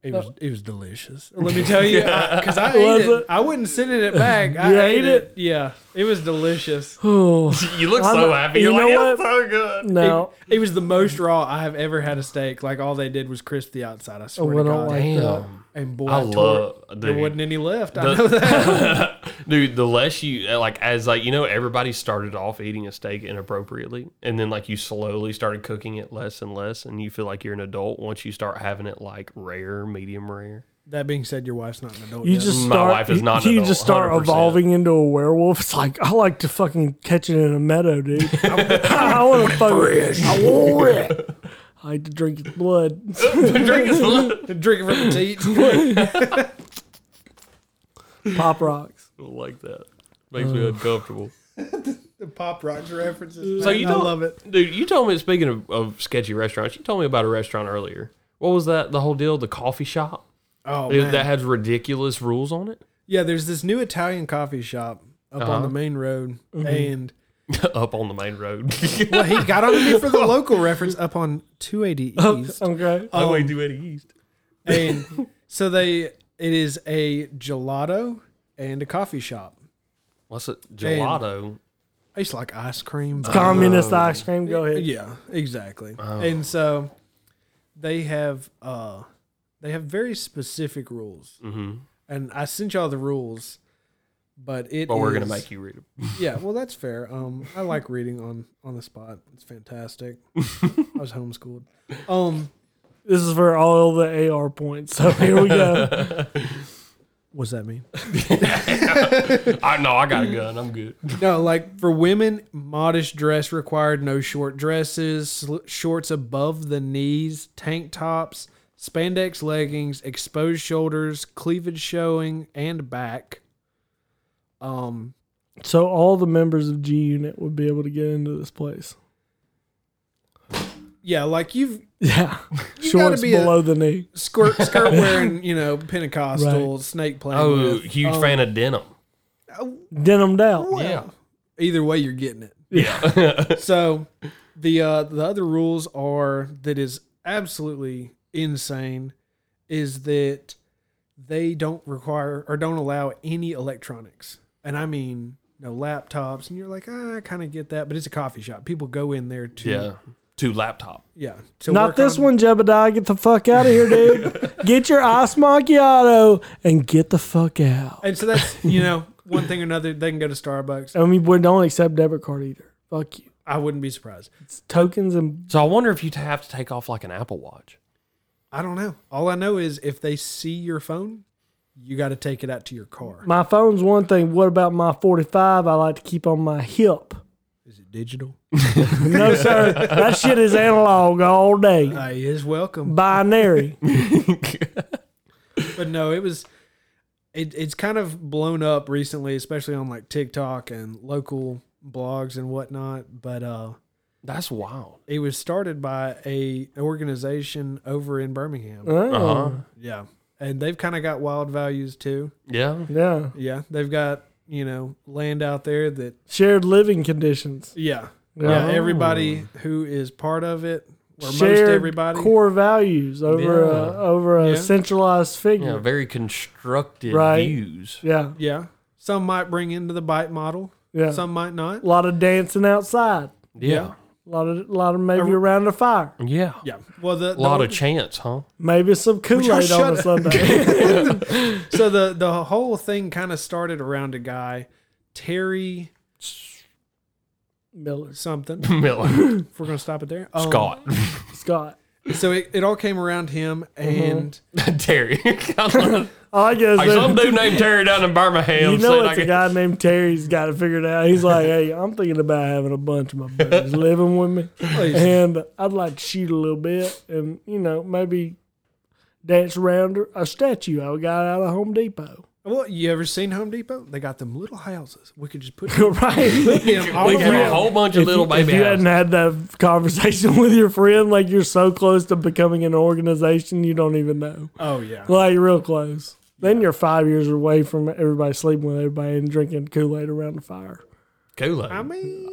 It was it was delicious. Let me tell you, because I, ate
Was
it.
it?
I wouldn't send it back. I
You
ate,
ate
it.
it?
Yeah, it was delicious.
Oh
you look
I'm
so
not-
happy.
you
You're
know
like, it's so good.
no,
It, it was the most raw I have ever had a steak. Like all they did was crisp the outside. I
I
swear to
don't
God.
like that.
and boy,
I
I, tore it.
love
There
dude.
wasn't any left. I know that.
The- dude, the less you like, as like you know, everybody started off eating a steak inappropriately, and then like you slowly started cooking it less and less, and you feel like you're an adult once you start having it like rare, medium rare.
That being said, your wife's not an adult.
You
yet.
just
My
start.
wife is not an
You, you
adult,
just start
100%.
evolving into a werewolf. It's like I like to fucking catch it in a meadow, dude. I want to fucking. I want it. I like to drink its blood.
drinking from the teat.
Pop rocks.
like that makes me uncomfortable.
the pop rocks references.
So
man,
you
I
told-
love it.
Dude, you told me speaking of, of sketchy restaurants, you told me about a restaurant earlier. What was that? The whole deal, the coffee shop
Oh
Dude,
man.
that has ridiculous rules on it.
yeah, there's this new Italian coffee shop up
Uh-huh.
on the main road, and
Up on the main road.
well, he got on me for the local reference up on 280 East.
Okay.
uh, Um,
Highway 280 East.
and so they it is a gelato and a coffee shop.
What's it? Gelato.
I used to like ice cream. but-
Communist ice cream. Go ahead.
uh, yeah, exactly.
Oh.
And so they have uh they have very specific rules. Mm-hmm. And I sent y'all the rules, but it
But we're gonna
is-
make you read it.
Yeah, well that's fair. Um I like reading on on the spot. It's fantastic. I was homeschooled. Um
This is for all the AR points. So here we go.
what's that mean?
I know I got a gun. I'm good.
No, like for women, modest dress required, no short dresses, sl- shorts above the knees, tank tops, spandex leggings, exposed shoulders, cleavage showing, and back. Um,
so all the members of G Unit would be able to get into this place.
yeah, like you've
Yeah.
You gotta
Shorts
be a-
below the knee.
skirt skirt wearing, you know, Pentecostal snake playing.
Oh, Oh.
with.
huge
Um,
fan of denim.
Denim down.
Yeah.
Either way, you're getting it.
Yeah.
So the uh, the other rules are that is absolutely insane is that they don't require or don't allow any electronics, and I mean no laptops. And you're like, ah, I kind of get that, but it's a coffee shop. People go in there to
yeah. Two laptop.
yeah to
Not
work
this
on-
one, Jebediah. Get the fuck out of here, dude. get your ice macchiato and get the fuck out.
And so that's you know one thing or another. They can go to Starbucks.
I mean, we don't accept debit card either. Fuck you.
I wouldn't be surprised.
It's tokens and
So I wonder if you'd have to take off like an Apple Watch.
I don't know. All I know is if they see your phone, you got to take it out to your car.
my phone's one thing. What about my 45 I like to keep on my hip?
Is it digital?
No, sir. that shit is analog all day.
I is welcome.
Binary.
but no, it was it, it's kind of blown up recently, especially on like TikTok and local blogs and whatnot. But uh
That's wild.
it was started by a organization over in Birmingham.
Uh huh.
Yeah. And they've kind of got wild values too.
Yeah.
Yeah.
Yeah. They've got, you know, land out there that
Shared living conditions.
yeah. Yeah. Everybody who is part of it or
Shared
most everybody.
core values over
Yeah.
a, over a
Yeah.
centralized
Yeah.
figure.
Very constructive
Right.
views.
Yeah.
yeah. Some might bring into the bite model.
Yeah.
Some might not.
a lot of dancing outside.
Yeah.
A lot of, lot of maybe around a fire.
Yeah.
Yeah. Well, the, the
A lot of chance, huh?
Maybe some Kool Aid
shut
on a
up.
Sunday.
so the the whole thing kind of started around a guy, Terry
Miller,
something.
Miller.
If we're gonna stop it there, Um,
Scott.
Scott.
So it, it all came around him,
Mm-hmm.
and
Terry. Like,
I guess
some
that,
dude named Terry down in Birmingham
you
said
know
I
it's a
could-
guy named Terry's got it figured out. He's like, hey, I'm thinking about having a bunch of my buddies living with me, and I'd like to shoot a little bit, and you know maybe dance around a statue I got out of Home Depot.
well, you ever seen Home Depot? They got them little houses. We could just put them
right.
all
we have a
around.
whole bunch of little
if
baby
you
houses.
hadn't had that conversation with your friend, like you're so close to becoming an organization, you don't even know.
Oh yeah.
Like real close. Then you're five years away from everybody sleeping with everybody and drinking Kool Aid around the fire.
Kool-Aid.
I mean,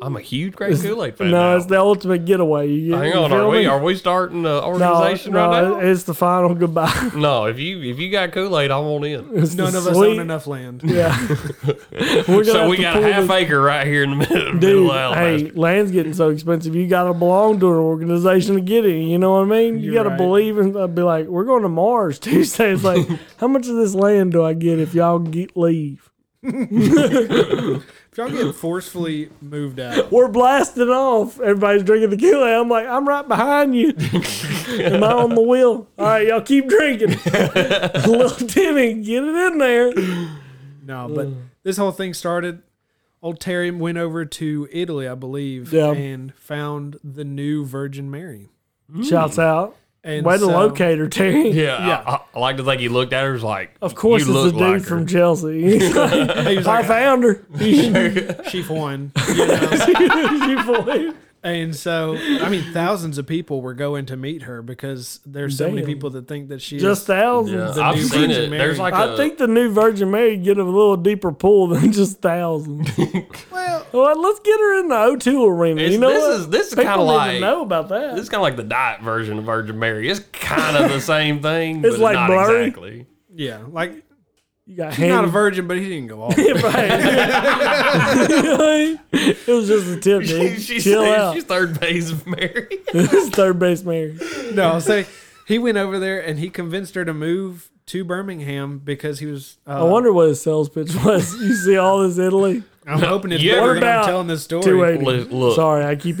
I'm a huge great Kool-Aid fan.
no,
now.
it's the ultimate getaway. You,
Hang
you
on,
feel
are we
me?
are we starting an
no,
organization
no,
right now?
it- it's the final goodbye.
no, if you if you got Kool Aid, I want in.
It's the
none of us
sweet-
own enough land.
Yeah, We're gonna
So
have
we
to
got a
pull
half
this-
acre right here in the middle, middle
Dude,
of
hey,
Alabama.
land's getting so expensive. You got to belong to an organization to get it. You know what I mean? You
You're
got to
right.
believe and uh, be like, we're going to Mars Tuesday. It's like, how much of this land do I get if y'all get leave?
If y'all get forcefully moved out,
We're blasting off. Everybody's drinking the Kool Aid. I'm like, I'm right behind you. Am I on the wheel? All right, y'all keep drinking. Little Timmy, get it in there.
no.
Mm.
But this whole thing started. Old Terry went over to Italy, I believe,
Yeah.
and found the new Virgin Mary.
Shouts out.
And
Way to
so-
locate her, Terry.
Yeah, I- I, I like to think he looked at her and was like,
Of course,
you look
it's the dude
like her.
from Chelsea. He's like,
He was
I
like,
found her.
she won. You know?
You believe?
And so, I mean, thousands of people were going to meet her because there's so many
Damn.
people that think that she
Just
is.
Yeah,
thousands.
I've
new
seen
Virgin
it.
Mary.
There's like a
I think the new Virgin Mary get a little deeper pull than just thousands.
Well,
well, let's get her in the O2 arena.
It's-
you know,
this
what?
is- this is
People
kinda
need to
like-
know about
this
that.
is kind of like the diet version of Virgin Mary. It's kind of the same thing,
It's
but
like
not
blurry.
exactly.
yeah, like
You got
he's not a
Hannah-
virgin, but he didn't go all. the way.
Right. it was just a tip, dude.
She's,
Chill out.
she's third base of Mary.
This is third base Mary.
no, I'll say he went over there and he convinced her to move to Birmingham because he was. Uh,
I wonder what his sales pitch was. You see all this Italy?
I'm hoping it's
Yeah.
better
What
than I'm
about
telling this story.
280.
Look, look.
Sorry, I keep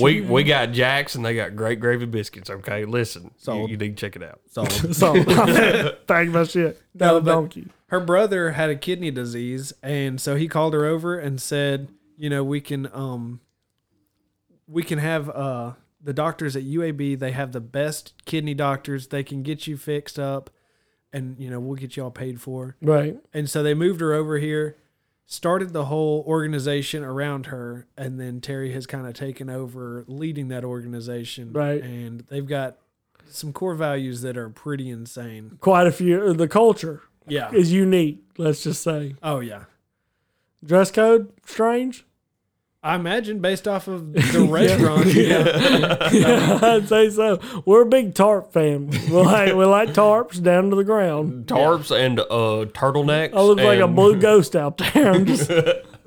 we we got Jacks and they got great gravy biscuits. Okay, listen, you,
Sold.
you need to check it out.
So, thank my shit. No,
but-
donkey.
her brother had a kidney disease and so he called her over and said you know we can um we can have uh the doctors at UAB they have the best kidney doctors they can get you fixed up and you know we'll get you all paid for
Right.
and so they moved her over here started the whole organization around her and then Terry has kind of taken over leading that organization
Right.
and they've got some core values that are pretty insane
Quite a few. The culture
yeah
is unique, let's just say.
oh yeah
Dress code strange.
I imagine based off of the restaurant. yeah.
Yeah, I'd say so. We're a big tarp family. We like we like tarps down to the ground.
Tarps and uh, turtlenecks.
I look like a
and-
blue ghost out there. I'm just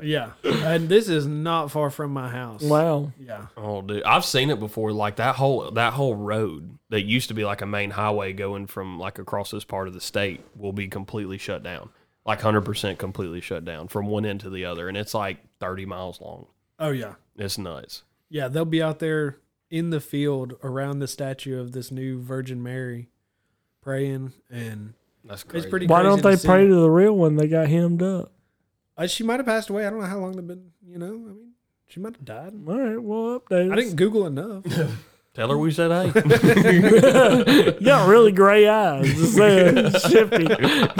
yeah. And this is not far from my house.
wow.
Yeah.
Oh, dude, I've seen it before. Like that whole that whole road that used to be like a main highway going from like across this part of the state will be completely shut down, like hundred percent completely shut down from one end to the other, and it's like thirty miles long.
Oh, yeah.
It's nuts.
Yeah. They'll be out there in the field around the statue of this new Virgin Mary praying. And
That's crazy.
it's pretty
Why
crazy
don't they
see.
pray to the real one? They got hemmed up.
Uh, she might have passed away. I don't know how long they've been, you know, I mean, she might have died.
All right, well update.
I
I
didn't Google enough.
Tell her we said hey.
you got really gray eyes. Just saying, shifty.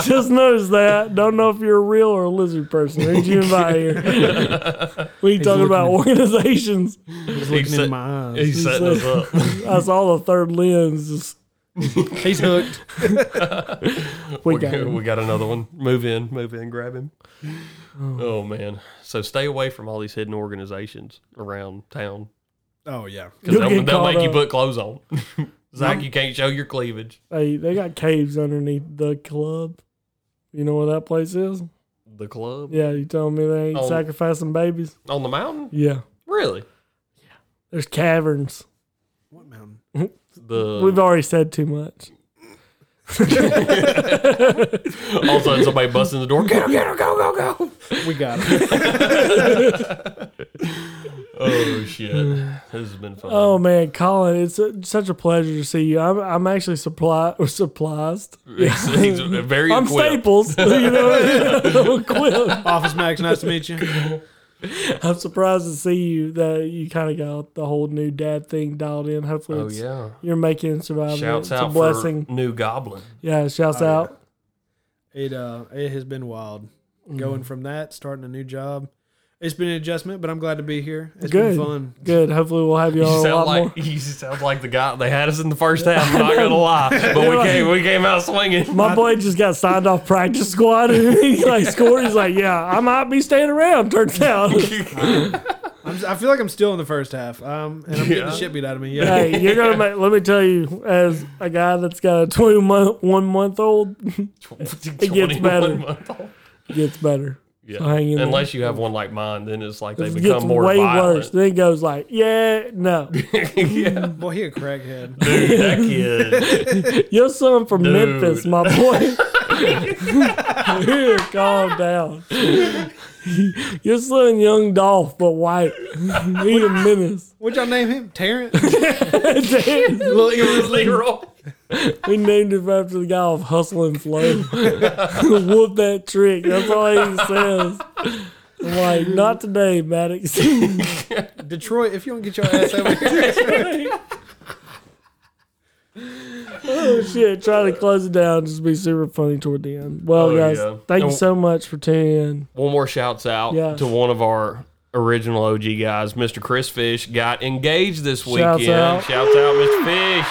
Just notice that. Don't know if you're a real or a lizard person. Who'd you invite here? We talking about organizations.
He's
Looking
set-
in my eyes.
He's setting us up.
I saw the third lens. Just
He's hooked.
we
We
got
got,
him.
we got another one. Move in, move in, grab him. Oh man! So stay away from all these hidden organizations around town
Oh, yeah.
because
You'll
they'll,
get
they'll
caught
make you
up.
put clothes on. Zach, you can't show your cleavage.
Hey, they got caves underneath the club. You know where that place is?
the club
Yeah, you telling me they ain't
Oh.
sacrificing babies?
on the mountain.
Yeah.
Really,
There's caverns.
What mountain?
the
We've already said too much.
all of a sudden somebody busts in the door. Get her, get her, go, go, go.
We got it.
Oh shit, this has been fun.
Oh man, Colin, it's a, such a pleasure to see you. I'm I'm actually supply or surprised.
He's, he's very
I'm
equipped.
Staples, you know. I'm equipped.
Office Max, nice to meet you.
I'm surprised to see you that you kind of got the whole new dad thing dialed in. Hopefully,
Oh
it's,
yeah.
you're making it survive.
Shouts
it's
out
a blessing.
for Oh, new goblin.
yeah, shouts out.
It uh, it has been wild.
Mm-hmm.
Going from that, starting a new job, it's been an adjustment, but I'm glad to be here. It's
Good,
been fun.
good. Hopefully, we'll have you
You
on Oh, a
sound
lot
like
more.
you sound like the guy they had us in the first half. I'm not gonna lie, but we came we came out swinging.
My boy just got signed off practice squad, and he like scored. He's like, "Yeah, I might be staying around." Turns out,
I'm, s- I feel like I'm still in the first half. Um, and I'm getting
Yeah.
the shit beat out of me. Yeah.
hey, you're gonna make. Let me tell you, as a guy that's got a 21 month old,
it
better. it gets better.
Yeah.
So hang in there.
Unless you have one like mine, then it's like they
It
become
gets
more
way worse.
violent.
Then it goes like, "Yeah, no."
yeah,
Boy, he a crackhead.
dude, that kid.
Your son from
Dude.
Memphis, my boy. Here, calm down. Your son, young Dolph, but white. He a menace.
What'd y'all name him? Terrence?
Little Leroy.
we named him after the guy off Hustle and Flow. Whoop that trick. That's all he says. I'm like, not today, Maddox.
Detroit, if you don't get your ass over here.
oh shit! Try to close it down. Just be super funny toward the end. Well,
Oh,
guys,
yeah.
thank you
And-
so much for tuning in.
One more shouts out
Yes.
to one of our original OG guys, Mr. Chris Fish, got engaged this
Shouts
weekend.
out.
Shouts out Mr. Fish.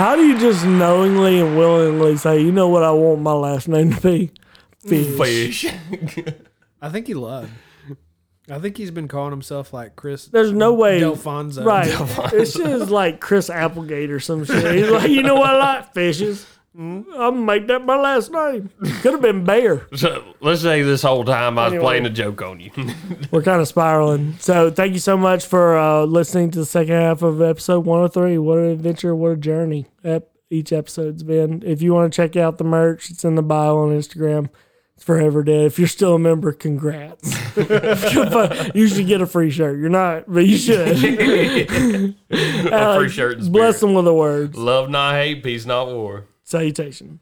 How do you just knowingly and willingly say, you know what I want my last name to be? Fish.
Fish.
I think he lied. I think he's been calling himself like Chris
There's no way.
Delfonso.
Right. It's just like Chris Applegate or some shit. He's like, you know what I like? Fishes. Mm, I'll make that my last name. Could have been Bear.
So let's say this whole time I was
Anyway.
playing a joke on you.
We're kind of spiraling. So thank you so much for uh, listening to the second half of episode 103. What an adventure, what a journey ep- each episode's been. If you want to check out the merch, it's in the bio on Instagram. It's forever dead. If you're still a member, congrats. you should get a free shirt. You're not, but you should.
a free shirt and
Bless
spirit.
them with the words.
Love not hate, peace not war.
Salutation.